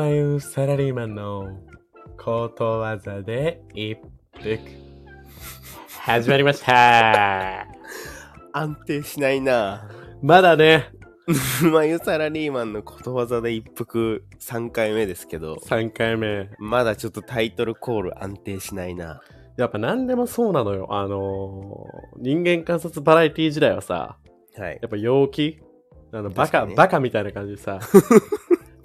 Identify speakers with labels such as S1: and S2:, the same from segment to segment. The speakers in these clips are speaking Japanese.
S1: サラリーマンのことわざで一服始まりました
S2: 安定しないな。
S1: まだね
S2: 眉サラリーマンのことわざで一服3回目ですけど、
S1: 3回目
S2: まだちょっとタイトルコール安定しないな。
S1: やっぱ何でもそうなのよあのー人間観察バラエティ時代はさ
S2: はい。
S1: やっぱ陽気あのバ
S2: 確
S1: カ、
S2: かに
S1: バカみたいな感じで さ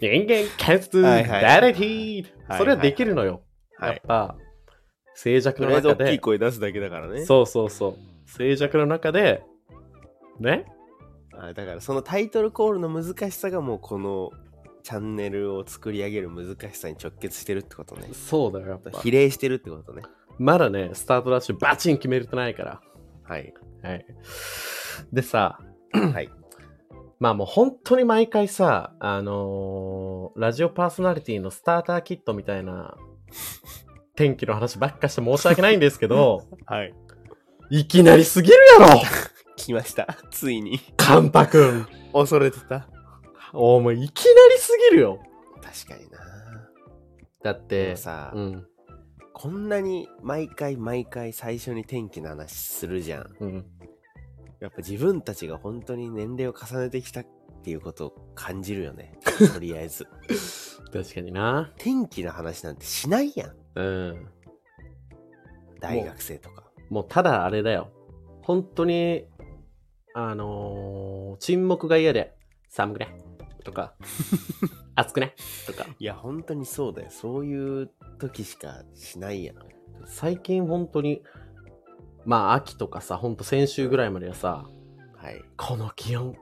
S1: 人間観察
S2: は
S1: バ
S2: いはい
S1: ラエティ
S2: はい
S1: それはできるのよ、
S2: は
S1: やっ
S2: い。
S1: ぱ静寂
S2: と
S1: の
S2: りあえず
S1: 中
S2: 大きい
S1: で
S2: 声出すだけだからね。
S1: そうそうそう静寂の中でね
S2: あだからそのタイトルコールの難しさがもうこのチャンネルを作り上げる難しさに直結してるってことね。
S1: そうだよやっぱ
S2: 比例してるってことね。
S1: まだね、スタートダッシュバチン決めれてないから。
S2: はい。
S1: はい。でさ、
S2: はい。
S1: まあもう本当に毎回さ、あのーラジオパーソナリティのスターターキットみたいな天気の話ばっかして申し訳ないんですけ ど、
S2: はい。
S1: いきなりすぎるやろ
S2: 来ました。ついに。
S1: カンパくん。
S2: 恐れてた。
S1: お前いきなりすぎるよ。
S2: 確かにな。
S1: だっ
S2: で
S1: て
S2: も、さ、
S1: うん、
S2: こんなに毎回毎回最初に天気の話するじゃん。
S1: うん。
S2: やっぱ自分たちが本当に年齢を重ねてきたっていうことを感じるよ ね。とりあえず。
S1: 確かにな。
S2: 天気の話なんてしないやん。
S1: うん。
S2: 大学生とか。
S1: もうただあれだよ。本当に、あのー沈黙が嫌で、寒くねとか、暑くねとか。
S2: いや、本当にそうだよ。そういう時しかしないやん。
S1: 最近本当に、まあ秋とかさ、ほんと先週ぐらいまではさ、
S2: はい。
S1: この気温、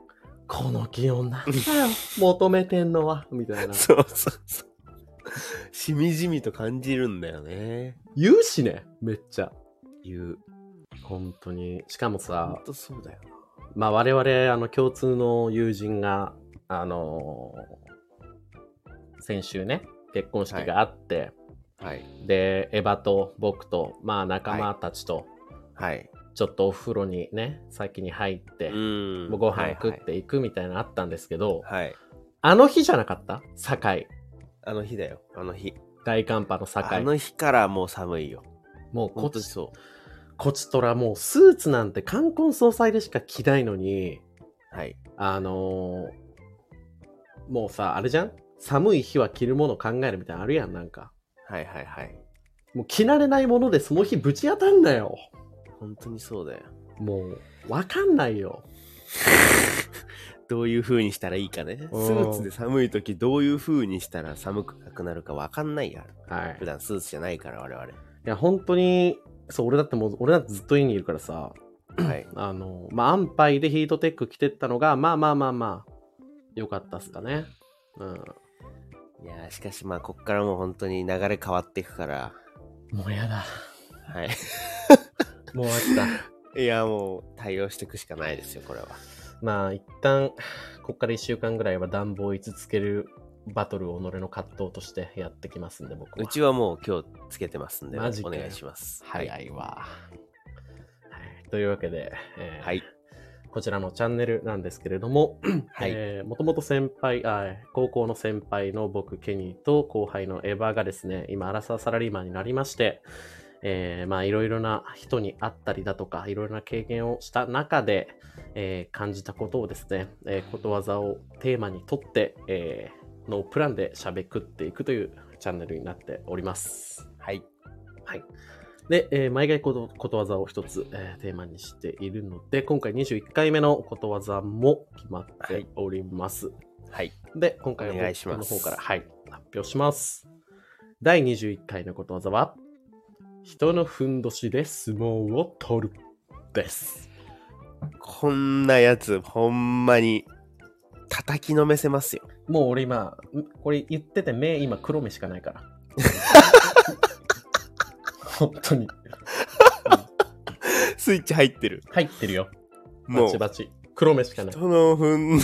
S1: この気温なんだよ、求めてんのは、み たいな。
S2: そうそうそう。しみじみと感じるんだよね。
S1: 言うしね、めっちゃ。
S2: 言う。
S1: 本当に。しかもさ
S2: 本、当そうだよ。
S1: まあ我々、あの、共通の友人が、あのー先週ね、結婚式があって、
S2: はい。
S1: で、エヴァと僕と、まあ仲間たちと、
S2: はい。
S1: ちょっとお風呂にね、先に入って、
S2: ん
S1: もうご飯食っていくみたいなのあったんですけど、
S2: はいはい。はい。
S1: あの日じゃなかった堺。
S2: あの日だよ。あの日。
S1: 大寒波の
S2: あ
S1: 堺。
S2: の日からもう寒いよ。
S1: もうこ
S2: 本当
S1: ち
S2: に、そ
S1: こちとらもうスーツなんて冠婚葬祭でしか着ないのに、
S2: う。はい。
S1: あのーもうさ、あれじゃん寒い日は着るもの考えるみたいなのあるやん、なんか。
S2: はいはいはい。
S1: もう着慣れないものでその日ぶち当たんなよ。
S2: 本当にそうだよ。
S1: もう、わかんないよ。
S2: どういう風にしたらいいかね。ス
S1: うん
S2: ーツで寒い時どういう風にしたら寒くなくなるかわかんないやん。
S1: はい
S2: 普。段スーツじゃないから 我
S1: いや、本当に、そう、俺だってもう、俺だってずっと家にいるからさ、
S2: 々。はい。
S1: あの、まあ、安牌でヒートテック着てったのが、まあまあまあまあ、よかったっすかね。うん。
S2: いやーしかしまあこっからもう本当に流れ変わっていくから。
S1: もうやだ。
S2: はい。
S1: もう終わった。
S2: いやもう対応していくしかないですよこれは。
S1: まあ、一旦、こっから1週間ぐらいは暖房を5つつけるバトルを己の葛藤としてやってきますんで、僕は。
S2: うちはもう今日つけてますんでお
S1: マジかよ
S2: 願いします。
S1: 早いわ。はい。というわけで、えー
S2: はい。
S1: こちらのチャンネルなんですけれども、
S2: はい
S1: えーもともと先輩あ、高校の先輩の僕、ケニーと後輩のエヴァがですね、今、アラサーサラリーマンになりまして、えーまあ、いろいろな人に会ったりだとか、いろいろな経験をした中で、えー感じたことをですね、えーことわざをテーマにとって、えーノープランでしゃべくっていくというチャンネルになっております。
S2: はい。
S1: はい。で、えー毎回ことことわざを一つ、えーテーマにしているので、今回21回目のことわざも決まっております。
S2: はい。
S1: で、今回は
S2: お願いし
S1: 僕
S2: ま
S1: の
S2: す
S1: 方から、はい、発表します。第21回のことわざは、人のふんどしで相撲を取るです。
S2: こんなやつほんまに叩きのめせますよ。
S1: もう俺今、んこれ言ってて目今黒目しかない から。本当に。
S2: スイッチ入ってる。
S1: 入ってるよ。
S2: も
S1: バ
S2: う
S1: チ。バチ。黒目しかない。
S2: そのふん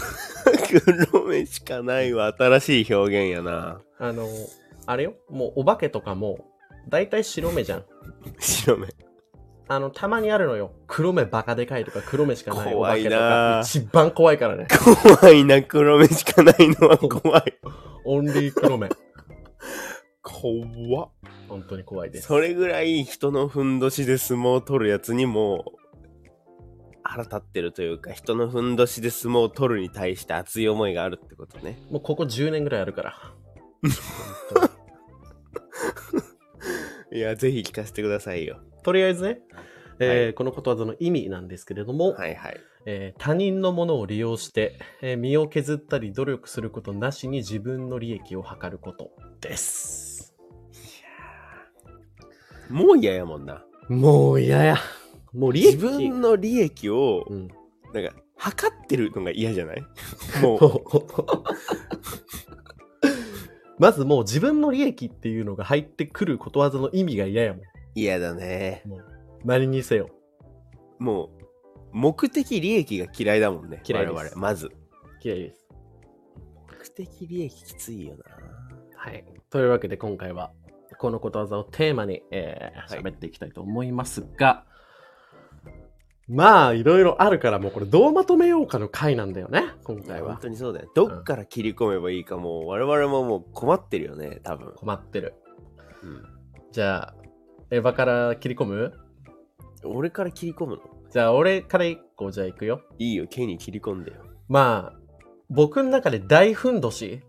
S2: 黒目しかないは新しい表現やな
S1: あの、あれよ、もうお化けとかも、大体白目じゃん。
S2: 白目
S1: あの、たまにあるのよ。黒目バカでかいとか、黒目しかないお化
S2: 怖
S1: け
S2: い
S1: と
S2: な
S1: か、一番怖いからね。
S2: 怖いな黒目しかないのは怖い
S1: オンリー黒目。
S2: 怖っ
S1: 本当に怖いです。
S2: それぐらい人のふんどしで相撲を取るやつにも腹立ってるというか人のふんどしで相撲を取るに対して熱い思いがあるってことね
S1: もうここ10年ぐらいあるから。
S2: いやぜひ聞かせてくださいよ
S1: とりあえずね、えー
S2: は
S1: このことわざの意味なんですけれども、
S2: はいはい
S1: えー他人のものを利用して、えー身を削ったり努力することなしに自分の利益を図ることです。
S2: もう嫌やもんな
S1: もう嫌や。もう利
S2: 自
S1: 益。
S2: 分の利益を
S1: うん、
S2: なんか測ってるのが嫌じゃないもう
S1: まずもう自分の利益っていうのが入ってくることわざの意味が嫌やもん。
S2: 嫌だね
S1: もう何にせよ。
S2: もう目的利益が嫌いだもんね
S1: 嫌いです
S2: 我々まず
S1: 嫌いです。
S2: 目的利益きついよな
S1: はい。というわけで今回はこのことわざをテーマに、えー、
S2: はい
S1: 喋っていきたいと思いますが、まあいろいろあるからもうこれどうまとめようかの回なんだよね、今
S2: いや
S1: 回
S2: 本
S1: は
S2: 当。にそうだよどっから切り込めばいいかもう我々ももう困ってるよね多分、
S1: 困ってる。
S2: うん、
S1: じゃあ、エヴァから切り込む
S2: 俺から切り込むの
S1: じゃあ俺から一個じゃあ行くよ。
S2: いいよケに切り込んでよ
S1: まあ、僕の中で大ふんどし、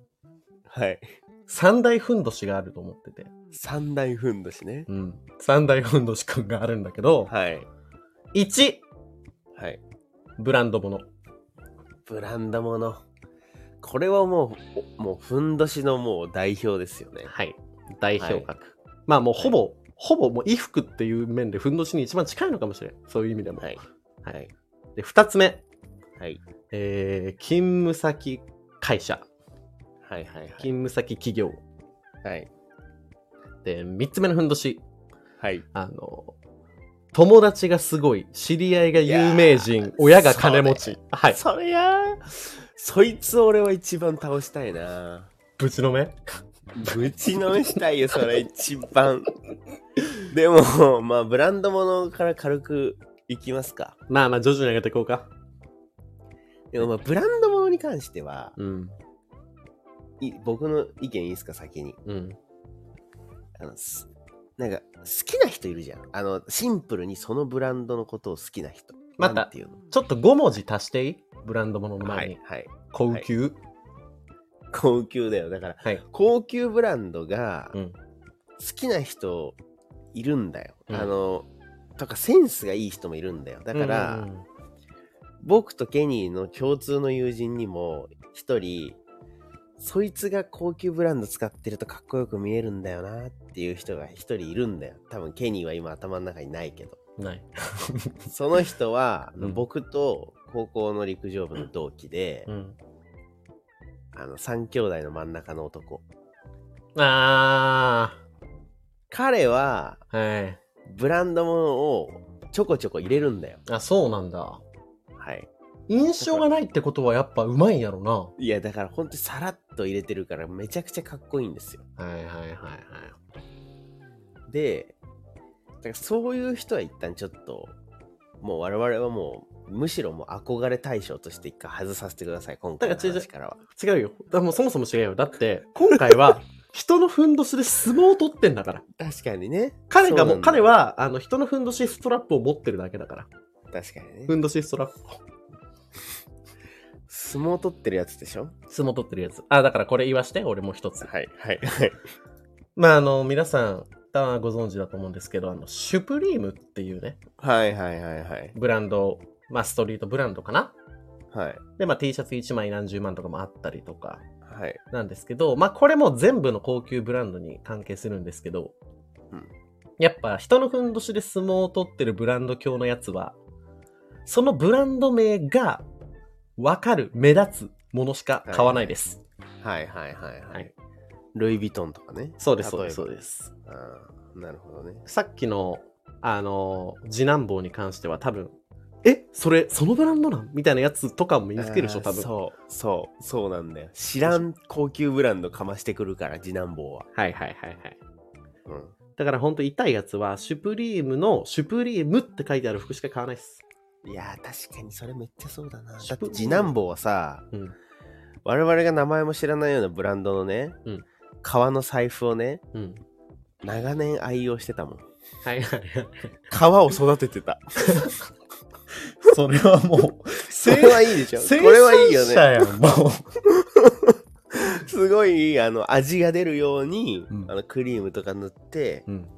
S2: はい
S1: 三大ふんどしがあると思ってて。
S2: 三大ふんどしね
S1: うん。三大ふんどしくんがあるんだけど、
S2: はい
S1: 1、
S2: はい
S1: ブランド物。
S2: ブランドものこれはもうおもうふんどしのもう代表ですよね
S1: はい。代表格。まあもうほぼ、ほぼもう衣服っていう面でふんどしに一番近いのかもしれん。そういう意味でも。
S2: はいはい
S1: で、二つ目。
S2: はい
S1: えー、勤務先会社。
S2: はいはいはい
S1: 勤務先企業。
S2: はい
S1: で、三つ目のふんどし。
S2: はい
S1: あの、友達がすごい、知り合いが有名
S2: いや
S1: 人
S2: ー、
S1: 親が金持
S2: そ
S1: ち。はい。
S2: そりゃあそいつ俺は一番倒したいな
S1: ぶちのめ
S2: ぶちのめしたいよそれ一番でもまあブランドものから軽くいきますか
S1: まあまあ、徐々に上げていこうか。
S2: でもまあブランドものに関しては
S1: うん。
S2: い僕の意見いいですか先に
S1: うん。
S2: あのすなんか好きな人いるじゃんあのシンプルにそのブランドのことを好きな人
S1: また
S2: なんていうの
S1: ちょっと5文字足していいブランド物の
S2: は
S1: 前に。
S2: いはい
S1: 高級。
S2: 高級だよだから
S1: はい。
S2: 高級ブランドが
S1: うん
S2: 好きな人いるんだよ、
S1: うん
S2: あのとかセンスがいい人もいるんだよだから、
S1: うんうんうん
S2: 僕とケニーの共通の友人にも一人そいつが高級ブランド使ってるとかっこよく見えるんだよなっていう人が一人いるんだよ多分ケニーは今頭の中にないけど
S1: ない。
S2: その人は、あの
S1: うん
S2: 僕と高校の陸上部の同期で、
S1: うん。
S2: あの3兄弟の真ん中の男
S1: あ
S2: 彼は
S1: ー。はい。
S2: ブランドものをちょこちょこ入れるんだよ
S1: あ、そうなんだ。
S2: はい
S1: 印象がないってことはやっぱうまいんやろない
S2: やだからほんとさらっと入れてるからめちゃくちゃかっこいいんですよ。
S1: はいはいはいはい。
S2: で、だからそういう人は一旦ちょっと、もう我々はもう、むしろもう憧れ対象として一回外させてください、今回の
S1: だから違う
S2: 話からは。
S1: 違うよ。だもうそもそも違うよ。だって、 今回は人のふんどしで相撲を取ってんだから。
S2: 確かにね。
S1: 彼がもう、
S2: そ
S1: 彼
S2: なんだよ。
S1: は、あの、人のふんどしストラップを持ってるだけだから。
S2: 確かに
S1: ふ
S2: ね。
S1: んどしストラップ。
S2: 相撲取ってるやつでしょ
S1: 相撲取ってるやつ。あ、だからこれ言わして、俺もう一つ。
S2: はい、はい、はい。
S1: まあ、あの、皆さん、あご存知だと思うんですけど、あの、シュプリームっていうね、
S2: はい、はい、はい、はい。
S1: ブランド、まあ、ストリートブランドかな。
S2: はい。
S1: で、まあ、T シャツ1枚何十万とかもあったりとか、
S2: はい。
S1: なんですけど、まあ、これも全部の高級ブランドに関係するんですけど、
S2: うん
S1: やっぱ人のふんどしで相撲を取ってるブランド教のやつは、そのブランド名がわかる、目立つものしか買わないです。
S2: はい、はい、はい、は
S1: はいい。
S2: ルイ・ヴィトンとかね。
S1: そうです、そうです、
S2: 例
S1: そ
S2: え
S1: うです。
S2: ばあーなるほどね。
S1: さっきの、あの、次男坊に関しては多分、え、それ、そのブランドなんみたいなやつとかも身につけるでしょ、
S2: あー
S1: 多分。
S2: そう、そう、そうなんだよ。知らん高級ブランドかましてくるから、次男坊は。
S1: はいはいはいはい。
S2: うん。
S1: だから本当痛いやつは、シュプリームの、シュプリームって書いてある服しか買わないです。
S2: いやー確かにそれめっちゃそうだな。だ
S1: シ
S2: っ
S1: ュプ
S2: て次男坊はさ、
S1: うん。
S2: 我々が名前も知らないようなブランドのね、
S1: うん
S2: 革の財布をね、
S1: うん。
S2: 長年愛用してた もん。
S1: はいはい はい。
S2: 革を育てて た。
S3: それはもう、
S2: これはいいで しょ。こ
S3: 生
S2: れはいいよ
S3: 産者
S2: ね。
S3: やん、もう。
S2: すごい、あの、味が出るように、
S3: うん
S2: あの、クリームとか塗って、
S3: うん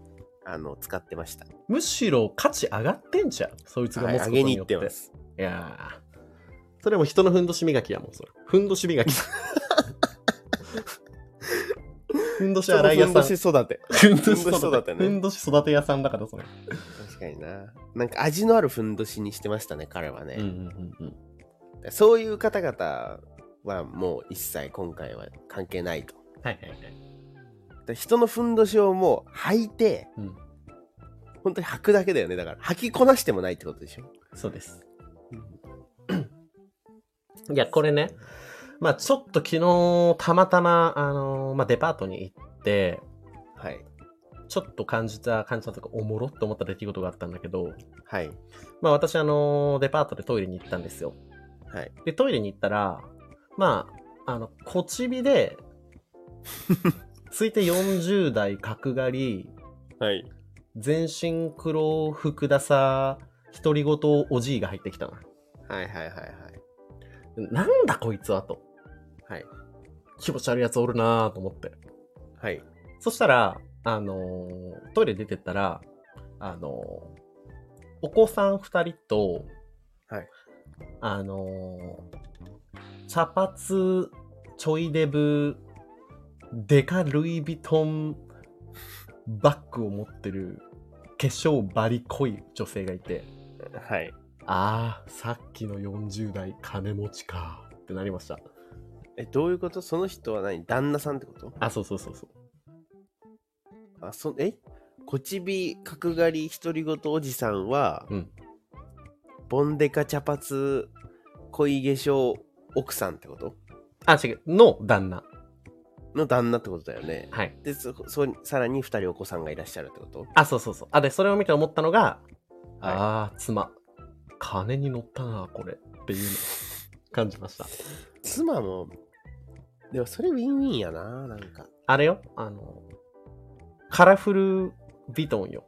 S2: あの、使ってました。
S3: むしろ価値上がってんじゃん。そいつが
S2: は
S3: 持
S2: い、
S3: つこ
S2: あ
S3: と
S2: げ
S3: に
S2: に
S3: よっ。
S2: 行ってて
S3: い、
S2: ます。
S3: や
S1: それも人のふんどし磨きやもん、それ。ふんどし磨 き。
S3: ーふんどし洗い屋さん。
S2: ふんどし育て。
S3: ふん
S2: ふんどし育てね
S3: ふんどし育て屋さんだから、それ。
S2: 確かにな。なんか味のあるふんどしにしてましたね、彼は
S1: うんう
S2: ね。
S1: んうんうん。
S2: そういう方々はもう一切今回は関係ないと。
S1: はいはいはい。
S2: だから人のふんどしをもう履いて、
S1: うん
S2: 本当に履くだけだよね。だから履きこなしてもないってことでしょ。
S1: そうです。いや、これね、まあちょっと昨日、たまたま、あのーまあデパートに行って、
S2: はい。
S1: ちょっと感じた、感じたというか、おもろって思った出来事があったんだけど、
S2: はい。
S1: まあ私、あのーデパートでトイレに行ったんですよ。
S2: はい。
S1: で、トイレに行ったら、まあ、あの、小ちび で、ついて40代角刈り、
S2: はい。
S1: 全身黒服ださ、独り言おじいが入ってきたな。
S2: はいはいはいはい。
S1: なんだこいつはと。
S2: はい。
S1: 気持ち悪いやつおるなぁと思って。
S2: はい。
S1: そしたら、あのートイレ出てったら、あのーお子さん二人と、
S2: はい
S1: あのー茶髪、ちょいデブ、デカルイ・ヴィトンバッグを持ってる、化粧バリ濃い女性がいて、
S2: はい。
S1: ああ、さっきの40代金持ちか、ってなりました。
S2: え、どういうことその人は何旦那さんってこと
S1: あ、そうそうそうそう。
S2: あ、そ、えこちび角刈り独り言おじさんは、
S1: うん
S2: ボンデカ茶髪恋化粧奥さんってこと
S1: あ、違う、の旦那。
S2: の旦那ってことだよね。
S1: はい。
S2: で、そ、そさらに2人お子さんがいらっしゃるってこと
S1: あ、そうそうそう。あ、で、それを見て思ったのが、
S2: はい
S1: ああ、妻。金に乗ったな、これ。っていうのを感じました。
S2: 妻も、でもそれウィンウィンやな、なんか。
S1: あれよ、あの、カラフルヴィトンよ。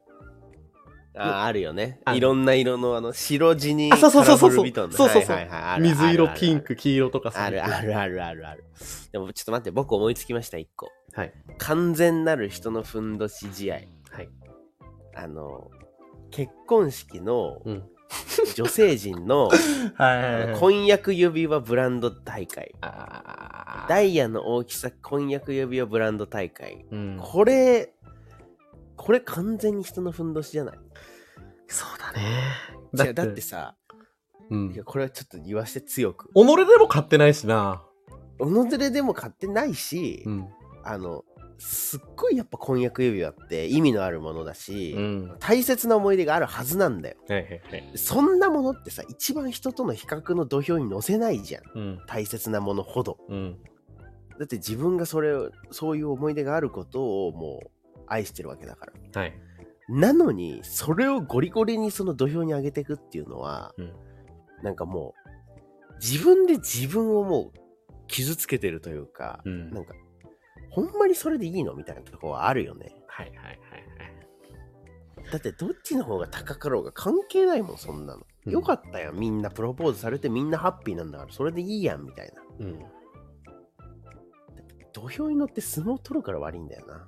S2: あ、あるよね
S1: あ。る
S2: いろんな色のあの、白地に、
S1: あそうそうそうそう
S2: カラフルビトンの
S1: そうそうそう
S2: はいはいはいある
S1: 水
S2: あるあ
S1: 色、
S2: る
S1: ピンク、黄色とか
S2: あるあ
S1: る。
S2: るあるあるある。でもちょっと待って、僕思いつきました、一個。
S1: はい。
S2: 完全なる人のふんどし試合。
S1: はい。
S2: あの、結婚式の
S1: うん。
S2: 女性 陣の
S3: はい
S2: あ
S3: は
S2: の
S3: いはい。
S2: 婚約指輪ブランド大会。
S1: あ
S2: ダイヤの大きさ婚約指輪ブランド大会。
S1: うん。
S2: これ、これ完全に人のふんどしじゃない
S1: そうだね。
S2: だだって、さ、
S1: う
S2: いや
S1: ん。
S2: これはちょっと言わせて強く。
S1: 己でも買ってないしな。
S2: おのずれでも買ってないし、
S1: ん。
S2: あの、すっごいやっぱ婚約指輪って意味のあるものだし、
S1: うん。は
S2: 大切な思い出があるはずなんだよ。
S1: いはいはい。
S2: そんなものってさ、一番人との比較の土俵に乗せないじゃん。
S1: うん。
S2: 大切なものほど。
S1: うん。
S2: だって自分がそれを、そういう思い出があることをもう愛してるわけだから。
S1: はい。
S2: なのに、それをゴリゴリにその土俵に上げていくっていうのは、
S1: うん
S2: なんかもう、自分で自分をもう傷つけてるというか、
S1: うん
S2: なんか、ほんまにそれでいいのみたいなとこはあるよね。
S1: はいはいはいはい。
S2: だってどっちの方が高かろうが関係ないもん、そんなの。
S1: うん
S2: よかったやん、みんなプロポーズされてみんなハッピーなんだから、それでいいやん、みたいな。
S1: うん。
S2: 土俵に乗って相撲取るから悪いんだよな。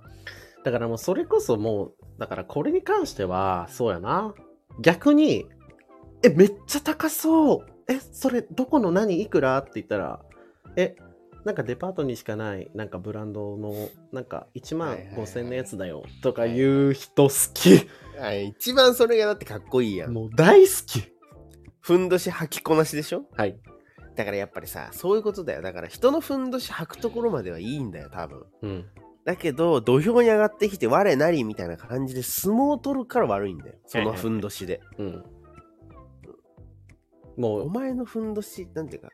S1: だからもうそれこそもうだからこれに関してはそうやな逆に「えめっちゃ高そうえそれどこの何いくら?」って言ったら「えなんかデパートにしかないなんかブランドのなんか1万5000のやつだよ」とか言う人好き
S2: はい、一番それがだってかっこいいやん。
S1: もう大好き
S2: ふんどし履きこなしでしょ
S1: はい
S2: だからやっぱりさ、そういうことだよ。だから人のふんどし履くところまではいいんだよ、多分。
S1: うん
S2: だけど、土俵に上がってきて、我なりみたいな感じで相撲を取るから悪いんだよ。そのふんどしで。
S1: うんも
S2: お
S1: う
S2: 前のふんどし、なんていうか、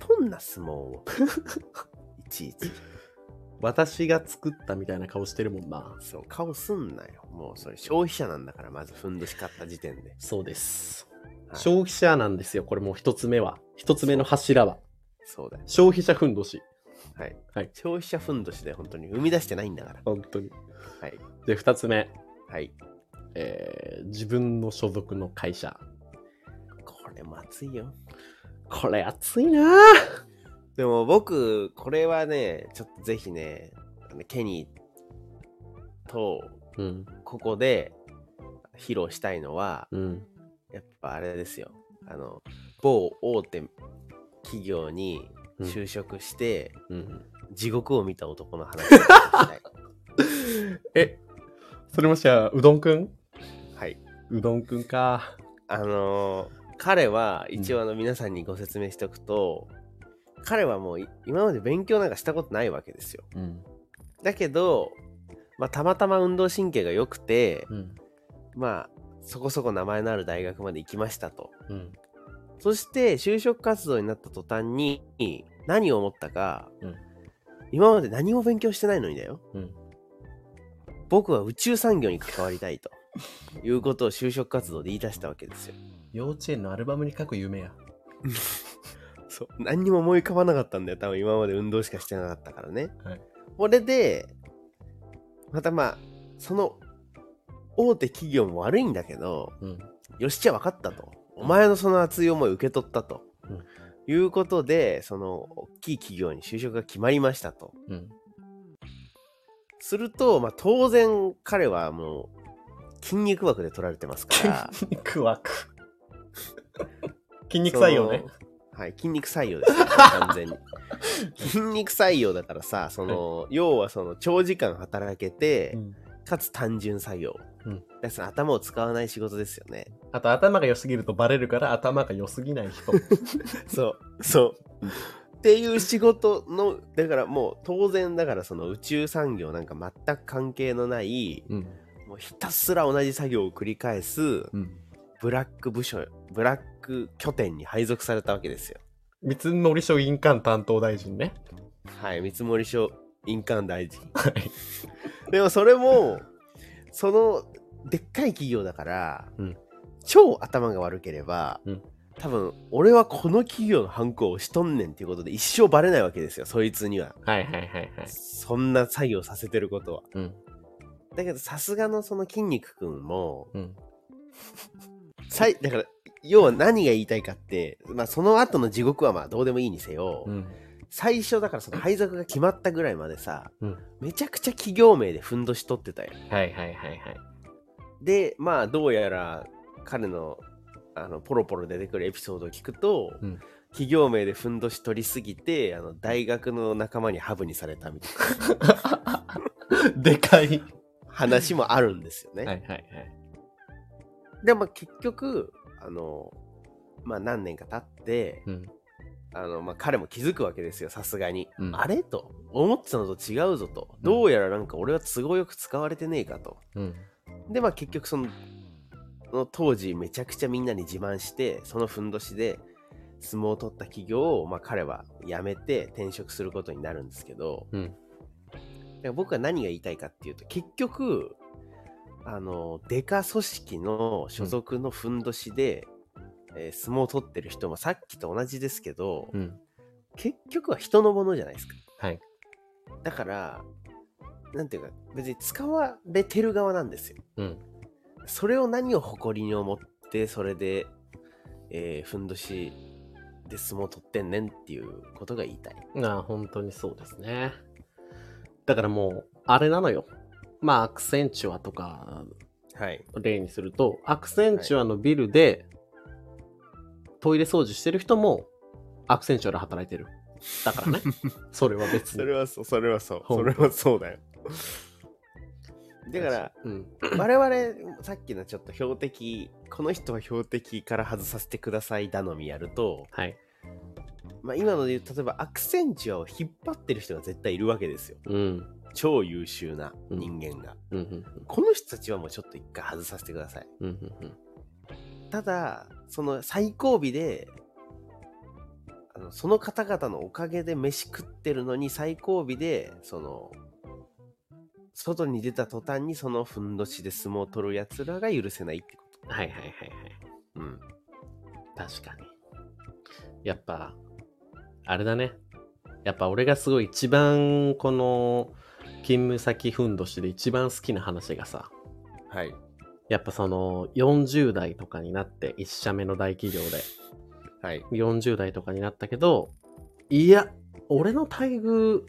S2: とんな相撲を。 いちいち。
S1: 私が作ったみたいな顔してるもんな
S2: そう、顔すんなよ。もうそれ消費者なんだから、まずふんどし買った時点で。
S1: そうです、
S2: はい
S1: 消費者なんですよこれもう一つ目は一つ目の柱は
S2: そうだよ。
S1: 消費者ふんどし
S2: はい。
S1: はい
S2: 消費者ふんどしで本当に生み出してないんだから。
S1: 本当に。
S2: はい。
S1: で、2つ目、
S2: はい。
S1: えー自分の所属の会社。
S2: これも熱いよ。
S1: これ熱いなぁ
S2: でも僕、これはね、ちょっとぜひね、あのケニーと、
S1: うん、
S2: ここで披露したいのは、
S1: うん、
S2: やっぱあれですよ。あの、某大手企業に
S1: うん
S2: 就職して、
S1: うん。
S2: 地獄を見た男の話をし たい。
S1: え、
S3: それもしや、うどんくん
S2: はい。
S3: うどんくんか。
S2: あのー彼は一応あの皆さんにご説明しておくと、彼はもうい今まで勉強なんかしたことないわけですよ。
S1: うん、
S2: だけど、まあ、たまたま運動神経が良くて、
S1: うん、
S2: まあそこそこ名前のある大学まで行きましたと。
S1: うん、
S2: そして就職活動になった途端に何を思ったか、
S1: うん
S2: 今まで何も勉強してないのにだよ。
S1: うん
S2: 僕は宇宙産業に関わりたいということを就職活動で言い出したわけですよ。
S3: 幼稚園のアルバムに書く夢や。
S2: そう何にも思い浮かばなかったんだよ多分今まで運動しかしてなかったからね、
S3: はい
S2: これでまたまあその大手企業も悪いんだけど
S1: うん、
S2: よしじゃあ分かったとお前のその熱い思い受け取ったと、
S1: うん
S2: いうことでその大きい企業に就職が決まりましたと
S1: うん、
S2: すると、まあ、当然彼はもう筋肉枠で取られてますから
S3: 筋肉枠。 筋肉採用ね。
S2: そのはい筋肉採用です、ね、完全に 筋肉採用だからさその、要はその長時間働けて、
S3: うん
S2: かつ単純採用、
S1: うん
S2: だから頭を使わない仕事ですよね
S3: あと頭が良すぎるとバレるから頭が良すぎない人。
S2: そうそうっていう仕事のだからもう当然だからその宇宙産業なんか全く関係のない
S1: うん、
S2: もうひたすら同じ作業を繰り返す
S3: うん。
S2: ブラック部署ブラック拠点に配属されたわけですよ
S3: 三つ森署印鑑担当大臣ね。
S2: はい見積書印鑑 大臣
S3: はい。
S2: でもそれも、その、でっかい企業だから、
S1: うん
S2: 超頭が悪ければ、
S1: うん
S2: 多分、俺はこの企業のハンコを押しとんねんっていうことで一生バレないわけですよ、そいつには。
S1: はいはいはいはい。
S2: そんな作業させてることは。
S1: うん、
S2: だけど、さすがのその筋肉くんも、
S1: うん、
S2: さいだから、要は何が言いたいかって、まあ、その後の地獄はまあどうでもいいにせよ、
S1: うん、
S2: 最初だからその配属が決まったぐらいまでさ、
S1: うん
S2: めちゃくちゃ企業名でふんどし取ってたよ。
S1: はいはいはいはい。
S2: でまあどうやら彼のあのポロポロ出てくるエピソードを聞くと、
S1: うん
S2: 企業名でふんどし取りすぎてあの大学の仲間にハブにされたみたいな
S3: でかい。
S2: 話もあるんですよね。
S1: はいはいはい。
S2: でまあ結局あの、まあ、何年か経って
S1: うん、
S2: あの、まあ、彼も気づくわけですよさすがに。
S1: うん、
S2: あれと思ってたのと違うぞとどうやらなんか俺は都合よく使われてねえかと。
S1: うん、
S2: でまあ結局そのその当時めちゃくちゃみんなに自慢してそのふんどしで相撲を取った企業を、まあ、彼は辞めて転職することになるんですけど、
S1: うん
S2: だから僕は何が言いたいかっていうと結局あのデカ組織の所属のふんどしで、えー相撲を取ってる人もさっきと同じですけど、
S1: うん、
S2: 結局は人のものじゃないですか。
S1: はい
S2: だからなんていうか別に使われてる側なんですよ。
S1: うん、
S2: それを何を誇りに思って、それで、えーふんどしで相撲取ってんねんっていうことが言いたい。
S1: ああ本当にそうですね。だからもう、あれなのよ。まあ、アクセンチュアとか、
S2: はい。
S1: 例にすると、アクセンチュアのビルで、トイレ掃除してる人も、アクセンチュアで働いてる。だから ね。それは別に。
S2: はそう、それはそう
S1: それ
S2: はそうだよ。だ から、
S1: うん。
S2: 我々、さっきのちょっと標的、この人は標的から外させてください頼みやると、
S1: はい。
S2: まあ今ので言う、例えばアクセンチュアを引っ張ってる人が絶対いるわけですよ。
S1: うん。
S2: 超優秀な人間が。
S1: うん。うん。
S2: この人たちはもうちょっと一回外させてください。
S1: うん。うんうん。
S2: ただその最後尾であのその方々のおかげで飯食ってるのに最後尾でその外に出た途端にそのふんどしで相撲を取るやつらが許せないってこ
S1: はいはいはいはい。
S2: と。うん。
S1: 確かに。やっぱ、あれだね。やっぱ俺がすごい一番この勤務先ふんどしで一番好きな話がさ、
S2: はい。
S1: やっぱその40代とかになって1社目の大企業で
S2: はい。
S1: 40代とかになったけど、いや、俺の待遇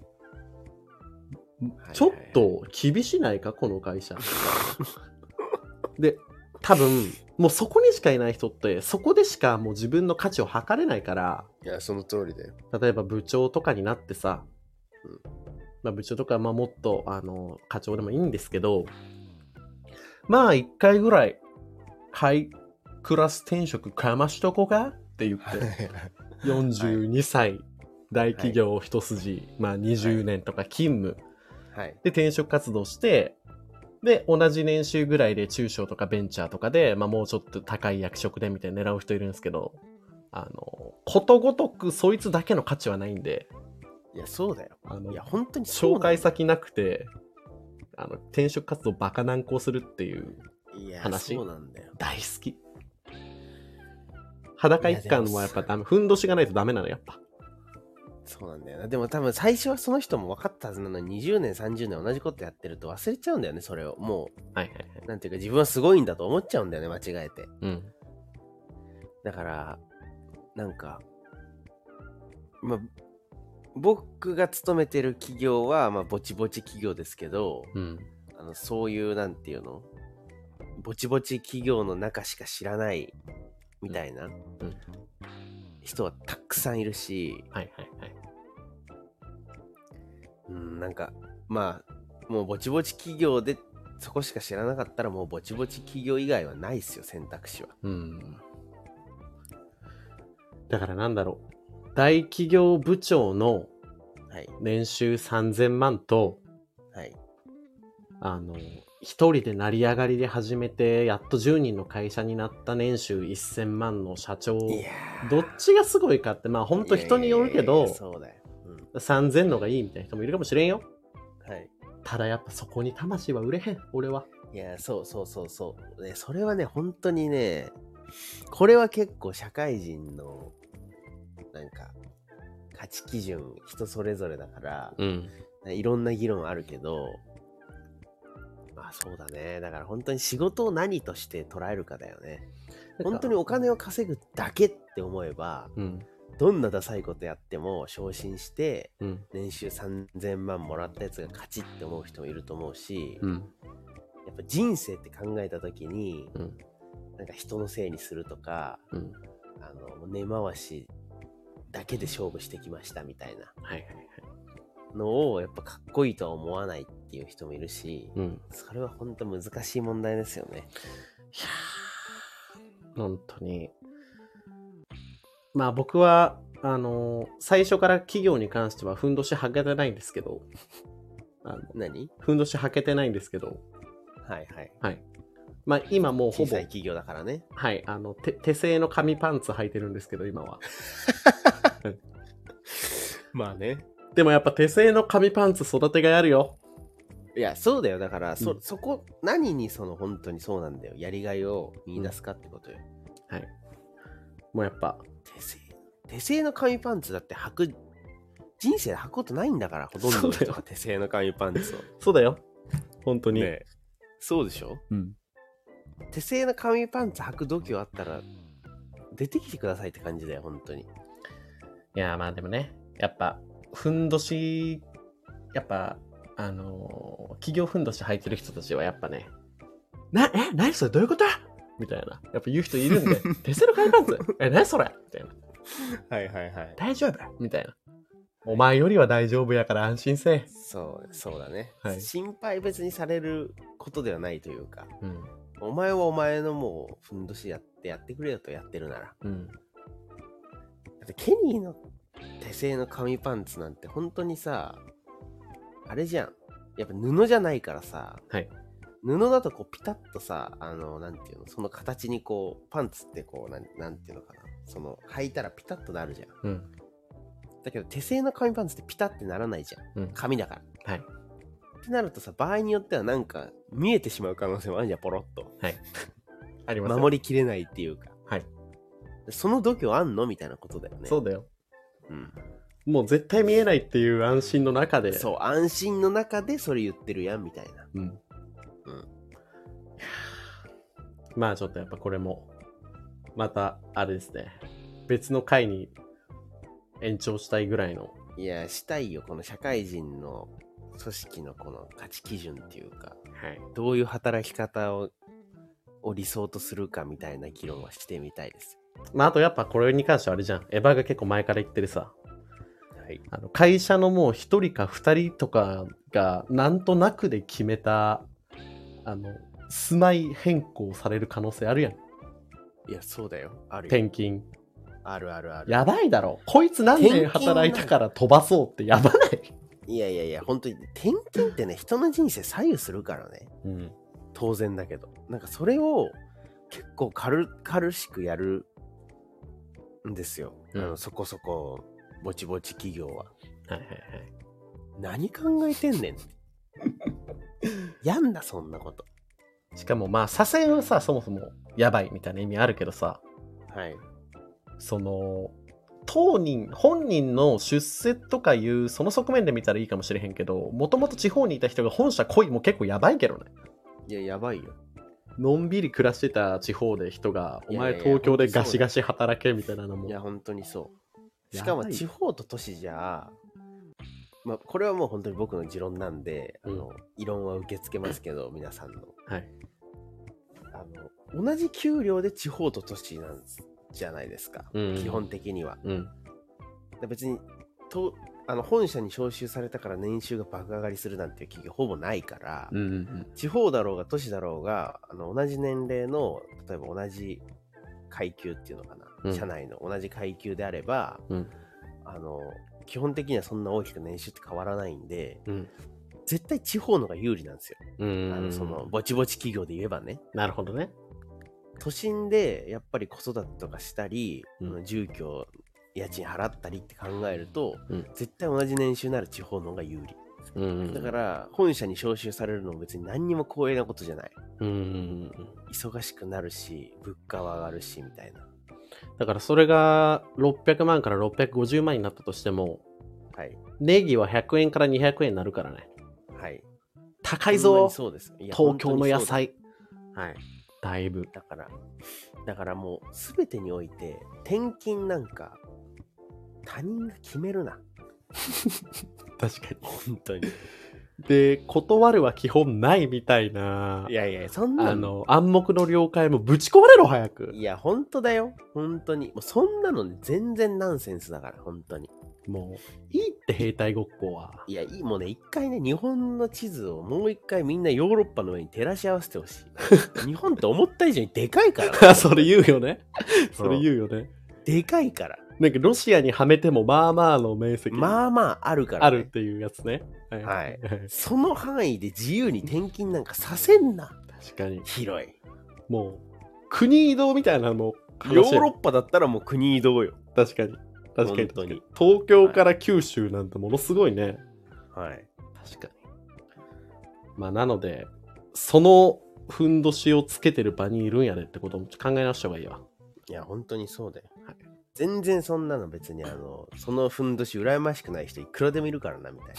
S1: ちょっと厳しないか、この会社。 で、多分、もうそこにしかいない人って、そこでしかもう自分の価値を測れないから、
S2: いや、その通りだよ。
S1: 例えば部長とかになってさ、
S2: うん
S1: まあ、部長とかはまあもっとあの課長でもいいんですけどまあ一回ぐらいハイクラス転職かましとこかって言って42歳、大企業一筋、まあ20年とか勤務
S2: はい。
S1: で転職活動してで同じ年収ぐらいで中小とかベンチャーとかで、まあ、もうちょっと高い役職でみたいな狙う人いるんですけどあのことごとくそいつだけの価値はないんで
S2: いや、そうだよ。
S1: あの
S2: いや、本当にそ
S1: 紹
S2: うなんだ
S1: 介先なくてあの転職活動バカ難航するっていう
S2: いや、
S1: 話
S2: そうなんだよ。
S1: 大好き裸一貫はやっぱダメふんどしがないとダメなのやっぱ
S2: そうなんだよな。でも多分最初はその人も分かったはずなのに、20年、30年同じことやってると忘れちゃうんだよね、それを。も、
S1: はいはいはいう
S2: なんていうか自分はすごいんだと思っちゃうんだよね、間違えて。
S1: うん
S2: だから、なんか、まあ、僕が勤めてる企業は、まあ、ぼちぼち企業ですけど、
S1: うん
S2: あのそういう、なんていうのぼちぼち企業の中しか知らないみたいな
S1: うん
S2: 人はたくさんいるし、
S1: はいはいはい
S2: うん、なんか、まあ、もうぼちぼち企業でそこしか知らなかったら、もうぼちぼち企業以外はないっすよ、選択肢は。
S1: うんだからなんだろう大企業部長の
S2: はい、
S1: 年収3000万と
S2: はい、
S1: あの一人で成り上がりで始めてやっと10人の会社になった年収1000万の社長
S2: いやー
S1: どっちがすごいかってまあ本当人によるけ
S2: いやいや
S1: ど
S2: いやそうだよ。うん
S1: 3000のがいいみたいな人もいるかもしれんよ
S2: はい
S1: ただやっぱそこに魂は売れへん俺はい
S2: や、そうそうそうそう。ね、それはね、本当にね、これは結構社会人の、なんか、価値基準、人それぞれだから、
S1: うん
S2: いろんな議論あるけど、まあそうだね。だから本当に仕事を何として捉えるかだよね。本当にお金を稼ぐだけって思えば、
S1: うん
S2: どんなダサいことやっても昇進して、
S1: うん
S2: 年収3000万もらったやつが勝ちって思う人もいると思うし、
S1: うん
S2: やっぱ人生って考えた時に、
S1: うん
S2: なんか人のせいにするとか
S1: うん
S2: あの根回しだけで勝負してきましたみたいな
S1: はいはいはい
S2: のをやっぱかっこいいとは思わないっていう人もいるし
S1: うん
S2: それは本当難しい問題ですよね。
S1: いやー本当に。まあ僕は、あのー最初から企業に関しては、ふんどしはけてないんですけど、あの
S2: 何
S1: ふんどしはけてないんですけど、
S2: はいはい。
S1: はい。まあ今もうほ
S2: 小
S1: ぼ
S2: さい、企業だからね。
S1: はい、あの、手手製の紙パンツ履いてるんですけど、今は。
S2: まあね。
S1: でもやっぱ手製の紙パンツ育てがやるよ。
S2: いやそうだよだからそ,、
S1: うん
S2: そこ何にその本当にそうなんだよやりがいを見出すかってことよ。
S1: はい。もうやっぱ、
S2: 手製手製の紙パンツだって履く人生で履くことないんだからほとんどの
S1: そうだ
S2: 人
S1: よ
S2: が手製の紙パンツを。
S1: そうだよ。本当に。
S2: ねえそうでしょ
S1: うん。
S2: 手製の紙パンツ履く度胸あったら出てきてくださいって感じだよ本当に
S1: いやーまあでもねやっぱふんどしやっぱあのー企業ふんどし履いてる人たちはやっぱねなえ何それどういうことみたいなやっぱ言う人いるん で手製の紙パンツえ何それみたいな
S2: はいはいはい
S1: 大丈夫みたいなお前よりは大丈夫やから安心せえ、
S2: そうそうだね、
S1: はい
S2: 心配別にされることではないというか
S1: うん
S2: お前はお前のもうふんどしやってやってくれよとやってるなら
S1: うん、
S2: だってケニーの手製の紙パンツなんて本当にさあれじゃんやっぱ布じゃないからさ、
S1: はい
S2: 布だとこうピタッとさあのなんていうのその形にこうパンツってこうなんなんていうのかなその履いたらピタッとなるじゃん
S1: うん
S2: だけど手製の紙パンツってピタってならないじゃん
S1: うん
S2: 紙だから
S1: はい
S2: ってなるとさ場合によってはなんか見えてしまう可能性もあるじゃんポロッと
S1: ありますよ
S2: 守りきれないっていうか
S1: はい
S2: その度胸あんのみたいなことだよね
S1: そうだよ
S2: うん
S1: もう絶対見えないっていう安心の中で。
S2: そう、安心の中でそれ言ってるやん、みたいな。
S1: うん。
S2: うん
S1: まあちょっとやっぱこれも、また、あれですね。別の回に延長したいぐらいの。
S2: いや、したいよ、この社会人の組織のこの価値基準っていうか、
S1: はい。
S2: どういう働き方をを理想とするかみたいな議論はしてみたいです。
S1: まああとやっぱこれに関してはあれじゃん。エヴァが結構前から言ってるさ。
S2: はい。
S1: あの会社のもう一人か二人とかがなんとなくで決めた、あの、住まい変更される可能性あるやん。
S2: いや、そうだよ。あるよ。
S1: 転勤。
S2: あるあるある。
S1: やばいだろ。こいつ何年働いたから飛ばそうってやばない。
S2: いやいやいや、本当に転勤ってね、人の人生左右するからね。
S1: うん。
S2: 当然だけど。なんかそれを結構軽軽しくやるんですよ。
S1: うん
S2: あのそこそこ、ぼちぼち企業は。
S1: はいはいはい。
S2: 何考えてんねんって。 やんだ、そんなこと。
S1: しかもまあ左遷はさそもそもやばいみたいな意味あるけどさ
S2: はい。
S1: その当人本人の出世とかいうその側面で見たらいいかもしれへんけどもともと地方にいた人が本社来いも結構やばいけどね
S2: いや、やばいよ。
S1: のんびり暮らしてた地方で人がお
S2: いや
S1: 前
S2: いやいや
S1: 東京でガシガシ働けみたいなのも
S2: いや、本当にそう。しか
S1: や
S2: も
S1: ばい
S2: 地方と都市じゃ、まあ、これはもう本当に僕の持論なんで、あの、異論は受け付けますけど、皆さんの。
S1: はい
S2: あの、同じ給料で地方と都市なんじゃないですか。
S1: うん
S2: 基本的には。
S1: うん
S2: で別に、と、あの、本社に招集されたから年収が爆上がりするなんていう企業ほぼないから、
S1: うんうん
S2: 地方だろうが都市だろうがあの同じ年齢の例えば同じ階級っていうのかな、
S1: うん
S2: 社内の同じ階級であれば、
S1: うん
S2: あの基本的にはそんな大きく年収って変わらないんで
S1: うん
S2: 絶対地方の方が有利なんですよ、
S1: うん
S2: あのそのぼちぼち企業で言えばね
S1: なるほどね
S2: 都心でやっぱり子育てとかしたり、
S1: うん
S2: あの住居家賃払ったりって考えると、
S1: うん
S2: 絶対同じ年収なら地方の方が有利
S1: うん
S2: だから本社に招集されるのも別に何にも光栄なことじゃない
S1: うんうんうんうん
S2: 忙しくなるし物価は上がるしみたいな
S1: だからそれが600万から650万になったとしても
S2: はい
S1: ネギは100円から200円になるからね。
S2: はい
S1: 高い
S2: ほんま
S1: ぞ
S2: にそうですいや
S1: 東京の野
S2: 本
S1: 菜。
S2: 当にそうだはい
S1: だいぶ。
S2: だからだからもう全てにおいて転勤なんか他人が決めるな
S1: 確か
S2: 本当に
S1: に。で、断るは基本ないみたいな。
S2: いやいやそんな
S1: あの、暗黙の了解もぶち込まれろ、早く。
S2: いや本当だよ本当にもうそんなのね全然ナンセンスだから本当に
S1: もう、いいって兵隊ごっこは。
S2: いやいいもうね一回ね日本の地図をもう一回みんなヨーロッパの上に照らし合わせてほしい日本って思った以上にでかいか ら
S1: それ言うよね。それ言うよね。
S2: でかいから
S1: なんかロシアにはめてもまあまあの面積
S2: まあまああるから、
S1: あ
S2: ね、
S1: るっていうやつね。はい
S2: はいその範囲で自由に転勤なんかさせんな
S1: 確かに。
S2: 広い
S1: もう、国移動みたいなのも話
S2: ヨ
S1: や
S2: ーロッパだったらもう国移動よ
S1: 確かに。確かに
S2: 本当に
S1: 東京から九州なんてものすごいね。
S2: はい
S1: 確かに。まあ、なので、そのふんどしをつけてる場にいるんやでってことも考え直した方がいいわ。
S2: いや本当にそうだよ、
S1: はい
S2: 全然そんなの別にあのそのふんどし羨ましくない人いくらでもいるからな みたい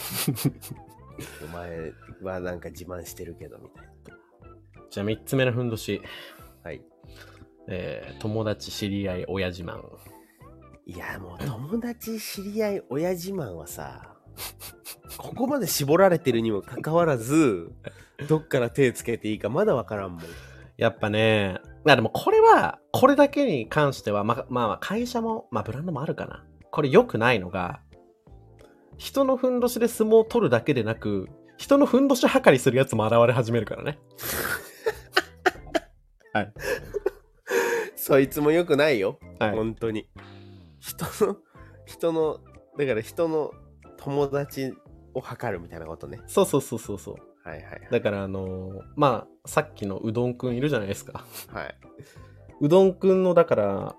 S2: なお前はなんか自慢してるけどみたいな
S1: じゃあ、3つ目のふんどし。
S2: はい
S1: えー友達、知り合い、親自慢。
S2: いやもう友達知り合い親自慢はさここまで絞られてるにもかかわらずどっから手つけていいかまだわからんもん
S1: やっぱね、まあでもこれは、これだけに関しては、まあまあまあ会社も、まあブランドもあるかな。これ良くないのが、人のふんどしで相撲を取るだけでなく、人のふんどし測りするやつも現れ始めるからね。
S2: そいつも良くないよ
S1: はい。
S2: 本当に人の人のだから人の友達を測るみたいなことね
S1: そうそうそうそうそう。
S2: はいはい
S1: だからあのーまあさっきのうどんくんいるじゃないですか
S2: はいう
S1: どんくんのだから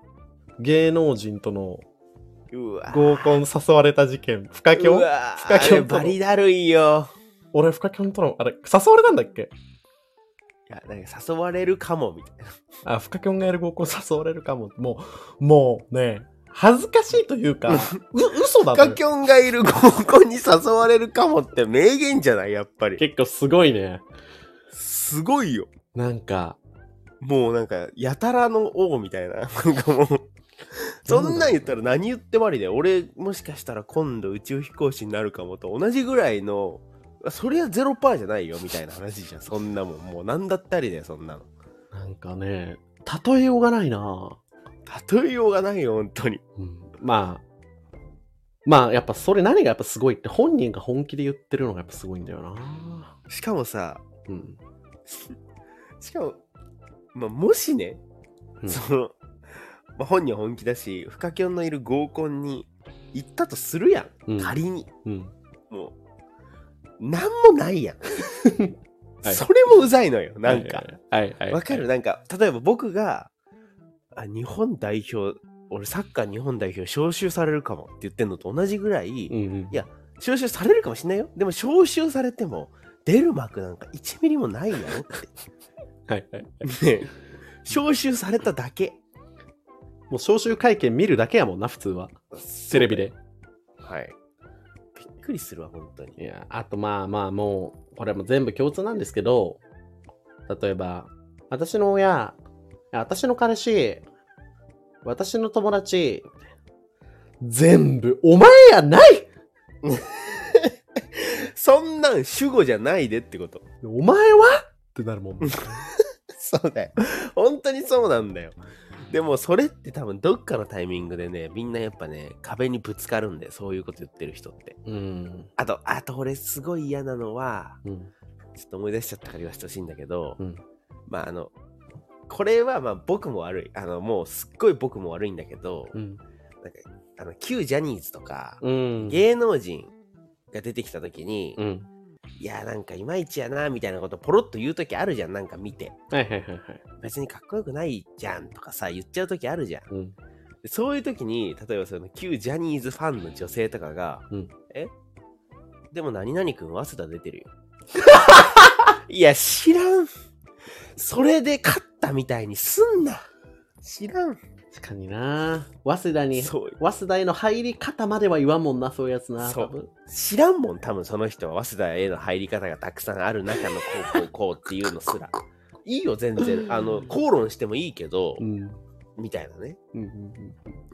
S1: 芸能人との
S2: うわ
S1: 合コン誘われた事件フカキョ
S2: う
S1: ン
S2: わ
S1: 不可
S2: あれ
S1: 教
S2: バリだるいよ
S1: 俺フカキョンとのあれ誘われたんだっけ
S2: いやなんか誘われるかもみたいな
S1: あフカキョンがやる合コン誘われるかももうもうね
S3: 恥ずかしいという か、う、嘘だ
S2: カ
S3: と
S2: キ。ョンがいる高校に誘われるかもって名言じゃないやっぱり。
S1: 結構すごいね。
S2: すごいよ。
S1: なんか、
S2: もうなんか、やたらの王みたいな。 なんかもう、そんなん言ったら何言ってもありで、俺もしかしたら今度宇宙飛行士になるかもと同じぐらいの、そりゃゼロパーじゃないよみたいな話じゃん。そんなもん。もう何だったりだよ、そんなの。
S1: なんかね、例えようがないな
S2: 例えようがないよ、本当に。
S1: うん、まあ、まあやっぱそれ何がやっぱすごいって本人が本気で言ってるのがやっぱすごいんだよな
S2: しかもさ、
S1: うん。
S2: しかも、まあ、もしね、
S1: うん
S2: その、まあ、本人は本気だし、フカキョンのいる合コンに行ったとするや。
S1: うんん。
S2: 仮に。
S1: うん。
S2: もう、なんもない やん。
S1: はい
S2: それもうざいのよ、なんか。。
S1: はいはい。
S2: わかるなんか、例えば僕が、あ、日本代表、俺サッカー日本代表招集されるかもって言ってんのと同じぐらい、
S1: うんうん。
S2: いや招集されるかもしんないよ。でも招集されても、出る幕なんか1ミリもないやんっ
S1: はいはい。
S2: て。 ねえ招集されただけ。
S1: もう招集会見見るだけやもんな、普通は。テレビで。
S2: はい。びっくりするわ、本当に。
S1: いや、あとまあまあもう、これはもう全部共通なんですけど、例えば、私の親、いや私の彼氏、私の友達、全部、お前やない
S2: そんなん主語じゃないでってこと。
S1: お前はってなる もん。
S2: そうだよ。本当にそうなんだよ。でもそれって多分どっかのタイミングでね、みんなやっぱね、壁にぶつかるんで、そういうこと言ってる人って。
S1: うん。
S2: あと、あと俺すごい嫌なのは、
S1: うん。
S2: ちょっと思い出しちゃったから言わせてほしいんだけど、
S1: うん
S2: まああの、これはまあ僕も悪い。あの、もうすっごい僕も悪いんだけど、
S1: うん。
S2: なんか、あの、旧ジャニーズとか、
S1: うん。
S2: 芸能人が出てきた時に、
S1: うん。
S2: いや、なんかいまいちやな、みたいなことポロッと言う時あるじゃん、なんか見て。
S1: はいはいはいはい。
S2: 別にかっこよくないじゃんとかさ言っちゃう時あるじゃん
S1: うん。
S2: でそういう時に例えばその旧ジャニーズファンの女性とかが「
S1: うん
S2: えでも何々くん早稲田出 てるよ」いや知らんそれで勝ったみたいにすんな知らん
S1: 確かにな早稲田に、早
S2: そう
S1: 稲田への入り方までは言わんもんな、そういうやつな。
S2: そう
S1: 多分
S2: 知らんもん多分その人は早稲田への入り方がたくさんある中のこうこうこうっていうのすらいいよ全然あの口論してもいいけど、
S1: うん。
S2: みたいなね
S1: うんうん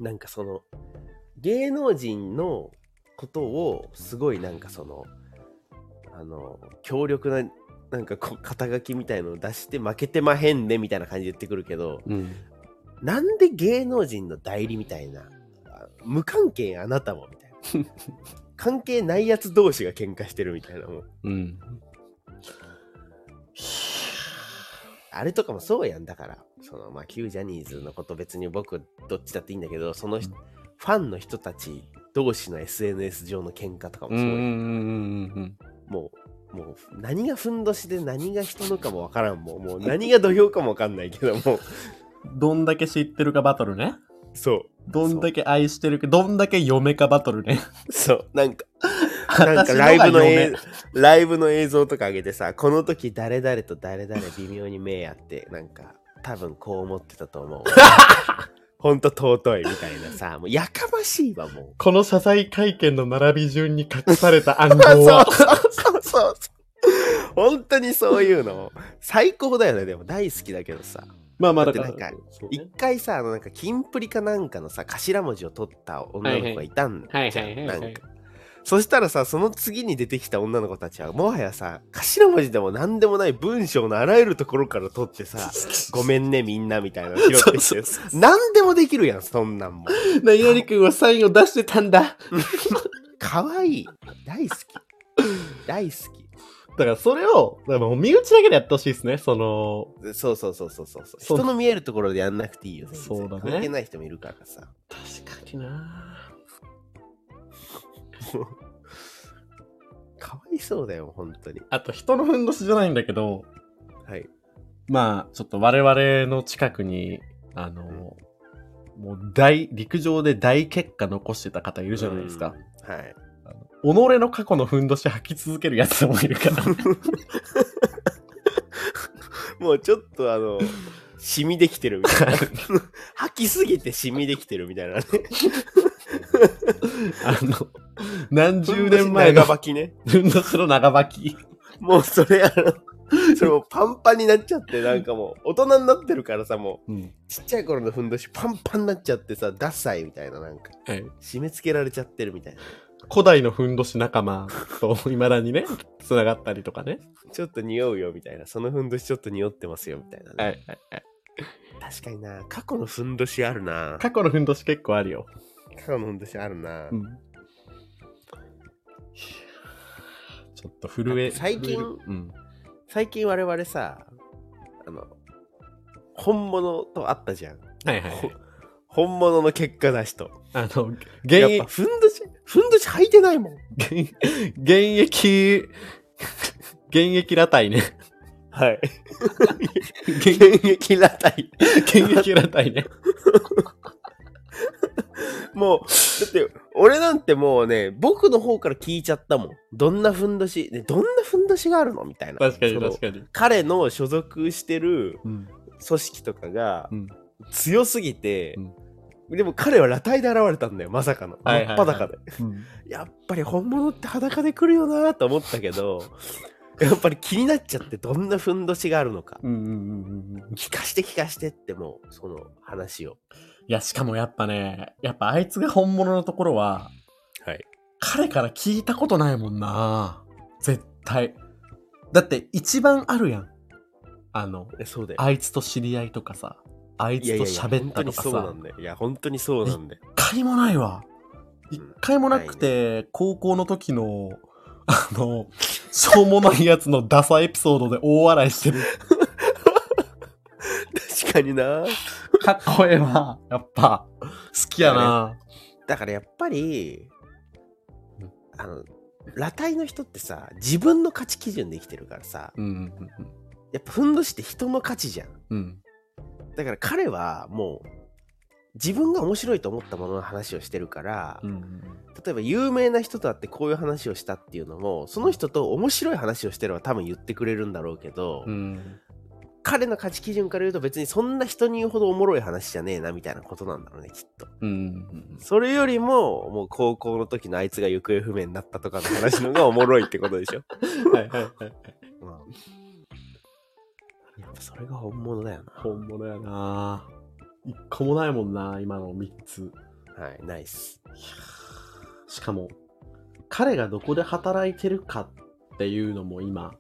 S2: なんかその芸能人のことをすごいなんかそのあの強力ななんかこう肩書きみたいのを出して負けてまへんねみたいな感じで言ってくるけど
S1: うん。うん。
S2: なんで芸能人の代理みたいなあ無関係やあなたもみたいな関係ないやつ同士が喧嘩してるみたいなもう
S1: うん。
S2: あれとかもそうやんだからそのまあ旧ジャニーズのこと別に僕どっちだっていいんだけどその人、ファンの人たち同士の SNS 上の喧嘩とかも
S1: う
S2: そうん
S1: うん
S2: やん
S1: うん
S2: もう、もう、何がふんどしで何が人のかもわからん、もう、もう何が土俵かもわかんないけども、
S3: どんだけ知ってるかバトルね。
S2: そ
S3: どんだけ愛してるか、どんだけ嫁かバトル ね。
S2: う、そう、な んか、なん
S3: 私
S2: か
S3: の
S2: ライブの
S3: が
S2: 映
S3: 嫁。
S2: ライブの映像とか上げてさ、この時誰々と誰々微妙に目合って、なんか、多分こう思ってたと 思う。ほんと尊いみたいなさ、もうやかましいわ、もう。
S3: この謝罪会見の並び順に隠された暗号
S2: あ
S3: は。
S2: そうそうそうそうそう。本当にそういうの、最高だよね、でも大好きだけどさ。
S1: まあまあ
S2: だ
S1: だ
S2: って
S1: か
S2: な
S1: ら、
S2: んか
S1: そうね
S2: 一回さ、あのなんか、キンプリかなんかのさ、頭文字を取った女の子がいたん
S1: はい
S2: じ
S1: は
S2: ゃ
S1: いは
S2: ん。
S1: い
S2: な
S1: は
S2: ん
S1: い
S2: か。そしたらさ、その次に出てきた女の子たちは、もはやさ、頭文字でも何でもない文章のあらゆるところから取ってさ、 ごめんねみんなみたいなの拾ってき
S3: そ
S2: て
S3: う、
S2: 何でもできるやん、そんなんも。
S3: 何々君はサインを出してたんだ。
S2: かわいい。大好き。大好き。
S3: だからそれを、だからもう身内だけでやってほしいですね。その、
S2: でそうそうそうそうそうそう。
S3: そう
S2: 人の見えるところでやんなくていいよ。全然
S3: そうだね
S2: 関係ない人もいるからさ。
S1: 確かにな
S2: もうかわいそうだよ、本当に。
S3: あと人のふんどしじゃないんだけど、
S2: はい。
S3: まあ、ちょっと我々の近くに、あの、もう大、陸上で大結果残してた方いるじゃないですか。
S2: うん。はい。
S3: 己の過去のふんどし吐き続けるやつ もいるから。
S2: もうちょっとあの、シミできてるみた いな。吐きすぎてシミできてるみたいなね。
S1: あの、何十年前の
S2: 長履きね。
S1: ふんどしの長履き。
S2: もうそれあの、それもうパンパンになっちゃって、なんかもう大人になってるからさ、も
S1: うん。
S2: うちっちゃい頃のふんどしパンパンになっちゃってさ、ダサいみたいな、なんか
S1: はい
S2: 締め付けられちゃってるみたいな。
S1: 古代のふんどし 仲間と未だにね、繋がったりとかね。
S2: ちょっと匂うよみたいな、そのふんどしちょっと匂ってますよみたいな、ね
S1: はいはいはい。
S2: 確かにな、過去のふんどしあるな。
S1: 過去のふんどし結構あるよ。
S2: 過去のふんどしあるな。
S1: うんちょっと震え。
S2: 最
S1: 震
S2: 近
S1: えるうん。
S2: 最近我々さ、あの、本物と会ったじゃん。
S1: はいはいは
S2: ほ
S1: い。
S2: 本物の結果出しと。
S1: あの、現
S2: やっ
S1: 役
S2: ぱ、ふんどし、ふんどし履いてないもん。
S1: 現現役、 現役裸体ね。
S2: はい。
S1: 現
S2: 現役裸体。
S1: 現役裸体ね。
S2: もう、だって、俺なんてもうね、僕の方から聞いちゃったもん。どんなふんどし、ね、どんなふんどしがあるのみたいな。
S1: 確かに
S2: その
S1: 確かに。
S2: 彼の所属してる
S1: うん。
S2: 組織とかが
S1: うん
S2: 強すぎて、でも彼は裸体で現れたんだよ、まさかの。
S1: はいはい
S2: 真
S1: はい
S2: っ裸で。
S1: うん
S2: やっぱり本物って裸で来るよなと思ったけど、 やっぱり気になっちゃってどんなふんどしがあるのか。
S1: うんうんうんうん。
S2: 聞かして聞かしてってもう、その話を。
S1: いや、しかもやっぱね、やっぱあいつが本物のところは、
S2: はい。
S1: 彼から聞いたことないもんな。絶対。だって一番あるやん。あの、
S2: えそうだよ。
S1: あいつと知り合いとかさ、あい
S2: い
S1: つ
S2: やい
S1: と
S2: やいや
S1: 喋ったとかさ、
S2: 本当にそうなんだよ。いや、本当にそうなんだ よ。
S1: 一回もないわ。一回もなくて、高校の時の、あの、しょうもないやつのダサエピソードで大笑いしてる。
S2: 確かにな。
S1: かっこええわ。やっぱ、好きやな。
S2: だからやっぱり、あの、裸体の人ってさ、自分の価値基準で生きてるからさ、
S1: うんうん
S2: やっぱふんどしって人の価値じゃん。
S1: うん。うん。
S2: だから彼はもう、自分が面白いと思ったものの話をしてるから、
S1: うんうん
S2: 例えば有名な人と会ってこういう話をしたっていうのも、その人と面白い話をしてれば多分言ってくれるんだろうけど、
S1: うん。
S2: 彼の価値基準から言うと別にそんな人に言うほどおもろい話じゃねえなみたいなことなんだろうね、きっと。
S1: うんうん。
S2: それよりも、もう高校の時のあいつが行方不明になったとかの話の方がおもろいってことでしょ。
S1: はいはいはい。
S2: やっぱそれが本物だよ
S1: 本物やな。一個もないもんな、今の3つ。
S2: な。はい、ナイス。
S1: しかも、彼がどこで働いてるかっていうのも今、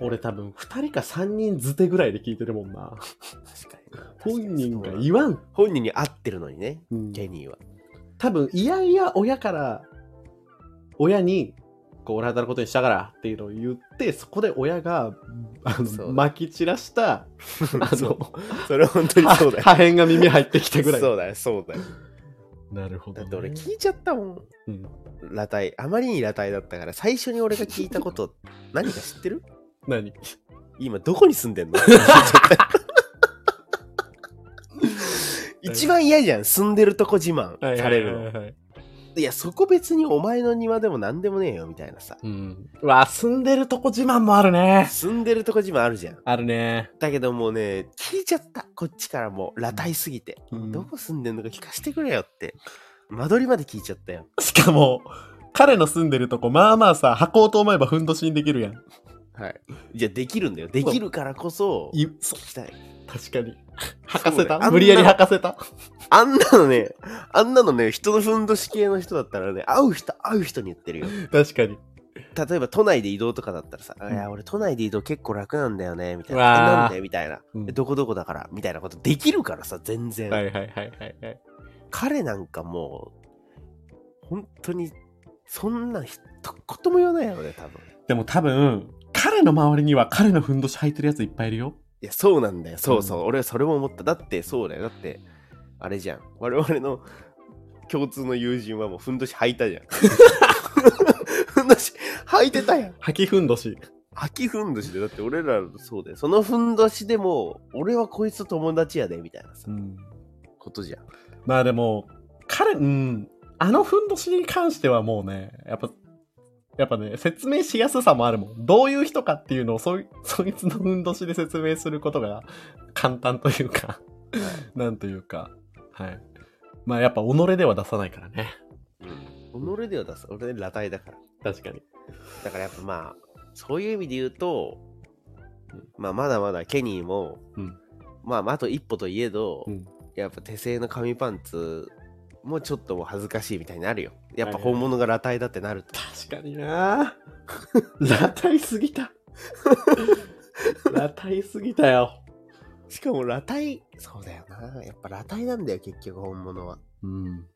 S1: 俺多分2人か3人ずてぐらいで聞いてるもんな。
S2: 確かに。
S1: 本人が
S2: い
S1: 言わん。
S2: 本人に合ってるのにね、
S1: うん
S2: ケニーは。
S1: 多分、いやいや親から、親に、こう、俺働くことにしたからっていうのを言って、そこで親が、あ
S2: そう
S1: の、
S2: だ
S1: 撒き散らした、あ
S2: そう
S1: の、
S2: それ本当にそうだ よ。
S1: 破片が耳入ってきたぐらい。
S2: そうだよ、そうだよ。
S1: なるほど
S2: だ
S1: ね、
S2: って俺聞いちゃったもん。
S1: うん
S2: 裸体、あまりに裸体だったから、最初に俺が聞いたこと、何か知ってる
S1: 何
S2: 今どこに住んでんのって聞いちゃった一番嫌じゃん、住んでるとこ自慢されるの。
S1: の。
S2: いや、そこ別にお前の庭でも何でもねえよ、みたいなさ。
S1: うん。うわ、住んでるとこ自慢もあるね。
S2: 住んでるとこ自慢あるじゃん。
S1: あるね。
S2: だけどもうね、聞いちゃった。こっちからもう、裸体すぎて。
S1: うん
S2: どこ住んでんのか聞かせてくれよって。間取りまで聞いちゃったよ。
S1: しかも、彼の住んでるとこ、まあまあさ、履こうと思えばふんどしにできるやん。
S2: はい。じゃあできるんだよ。できるからこそ、
S1: いそ
S2: 聞きたい。
S1: 確かに。履かせ
S2: そうだよあん
S1: た
S2: な
S1: 無理やり履かせた。
S2: あんなのね、あんなのね、人のふんどし系の人だったらね、会う人、会う人に言ってるよ。
S1: 確かに。
S2: 例えば都内で移動とかだったらさ、
S1: ん
S2: いや、俺都内で移動結構楽なんだよね、みたいな。
S1: うわー
S2: えなんでみたいな、
S1: うん
S2: えどこどこだから、みたいなことできるからさ、全然。
S1: はいはいはいはいはい。
S2: 彼なんかもう、本当に、そんな一言も言わないやろね、多分。
S1: でも多分、彼の周りには彼のふんどし履いてるやついっぱいいるよ。
S2: いや、そうなんだよ。そうそう。俺はそれも思った。だって、そうだよ。だって、あれじゃん。我々の共通の友人はもう、ふんどし履 いたじゃん。ふんどし履いてたやん。
S1: 履きふんどし。
S2: 履きふんどしで、だって俺ら、そうだよ。そのふんどしでも、俺はこいつと友達やで、みたいなさ、
S1: ん。
S2: ことじゃん。
S1: まあでも、彼、うん、あのふんどしに関してはもうね、やっぱ、
S3: やっぱね、説明しやすさもあるもん。どういう人かっていうのを、そい、 そいつの運動しで説明することが簡単というか、なんというか、はい。まあやっぱ己では出さないからね。
S2: 己では出す。俺、裸体だから。
S1: 確かに。
S2: だからやっぱまあ、そういう意味で言うと、まあ、まだまだケニーも、
S3: うん
S2: まあ、あと一歩といえど、
S1: うん
S2: やっぱ手製の紙パンツもちょっともう恥ずかしいみたいになるよ。やっぱ本物が裸体だってなると。
S3: 確かにな 裸体すぎた。 裸体すぎたよ。
S2: しかも裸体、そうだよな。やっぱ裸体なんだよ、結局本物は。
S3: うん。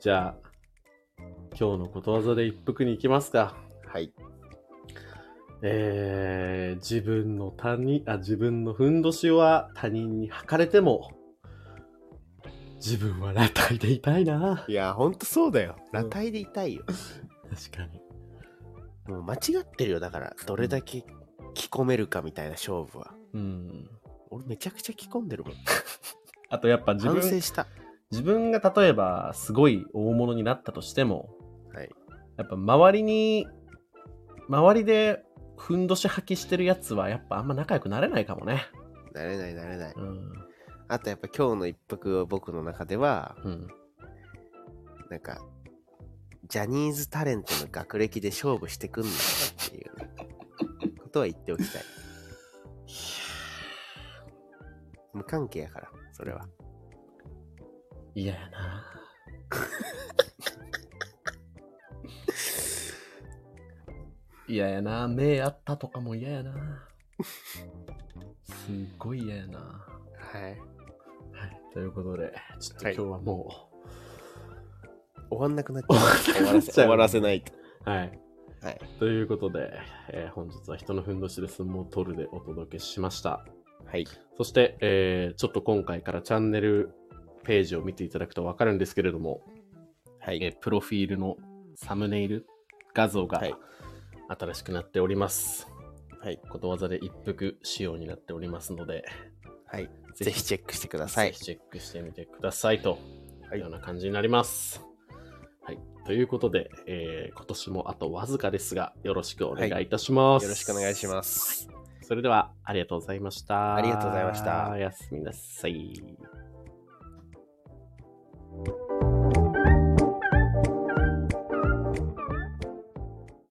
S1: じゃあ、今日のことわざで一服に行きますか。
S2: はい。
S1: えー、自分の他人、あ、自分のふんどしは他人に履かれても、自分は裸体でいたいな。
S2: いや、ほんとそうだよ。裸体でいたいよ。
S1: 確かに。
S2: もう間違ってるよ、だから。どれだけ着込めるかみたいな勝負は。
S3: うん。
S2: 俺めちゃくちゃ着込んでるもん。
S3: あとやっぱ自
S2: 反省
S3: 分、
S2: した。
S3: 自分が例えばすごい大物になったとしても、
S2: はい。
S3: やっぱ周りに、周りでふんどし履きしてるやつはやっぱあんま仲良くなれないかもね。
S2: なれない、なれない。
S3: うん。
S2: あとやっぱ今日の一服は僕の中では、
S3: うん。
S2: なんか、ジャニーズタレントの学歴で勝負してくんなっていう、ね、ことは言っておきたい。無関係やから、それは。
S3: 嫌やな嫌やな目あったとかも嫌やなすっごい嫌やなは
S2: はい。
S3: い、ということで、ちょっと今
S2: はい
S3: 日はも
S2: 終わんなくなっちゃう。終
S3: わんなくなっちゃう
S2: ないと。
S1: う、はい。
S2: はい。
S1: ということで、えー本日は人のふんどしで相撲を取るでお届けしました。
S2: はい。
S1: そして、えーちょっと今回からチャンネルページを見ていただくとわかるんですけれども、
S2: は
S1: え
S2: い。
S1: ープロフィールのサムネイル画像が
S2: はい
S1: 新しくなっております。
S2: はい。
S1: ことわざで一服仕様になっておりますので、
S2: はい。ぜひチェックしてくださ
S1: ぜ
S2: い
S1: ひ。チェックしてみてくださいと
S2: はい
S1: いうような感じになります。はい。ということで、えー今年もあとわずかですが、よろしくお願いいたしま
S2: よ
S1: す。
S2: ろしくお願いします。
S1: それではありがとうございました。
S2: ありがとうございました
S1: おやすみなさい。